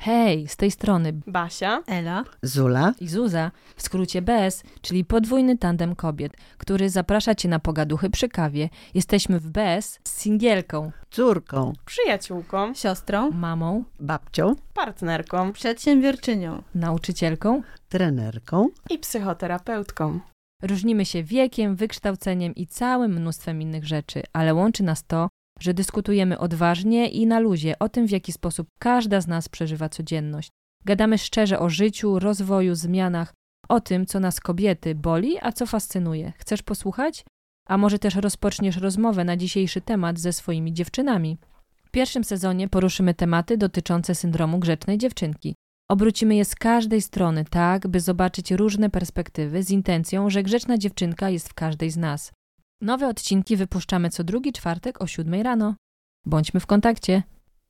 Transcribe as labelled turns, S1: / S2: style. S1: Hej, z tej strony
S2: Basia.
S3: Ela.
S4: Zula,
S1: i Zuza, w skrócie BS, czyli podwójny tandem kobiet, który zaprasza cię na pogaduchy przy kawie. Jesteśmy w BS z singielką,
S4: córką,
S2: Przyjaciółką,
S3: Siostrą.
S1: mamą,
S4: babcią,
S2: partnerką
S3: Przedsiębiorczynią.
S1: nauczycielką.
S4: trenerką.
S2: i psychoterapeutką.
S1: Różnimy się wiekiem, wykształceniem i całym mnóstwem innych rzeczy, ale łączy nas to, że dyskutujemy odważnie i na luzie o tym, w jaki sposób każda z nas przeżywa codzienność. Gadamy szczerze o życiu, rozwoju, zmianach, o tym, co nas kobiety boli, a co fascynuje. Chcesz posłuchać? A może też rozpoczniesz rozmowę na dzisiejszy temat ze swoimi dziewczynami? W pierwszym sezonie poruszymy tematy dotyczące syndromu grzecznej dziewczynki. Obrócimy je z każdej strony, tak, by zobaczyć różne perspektywy z intencją, że grzeczna dziewczynka jest w każdej z nas. Nowe odcinki wypuszczamy co drugi czwartek o 7 rano. Bądźmy w kontakcie.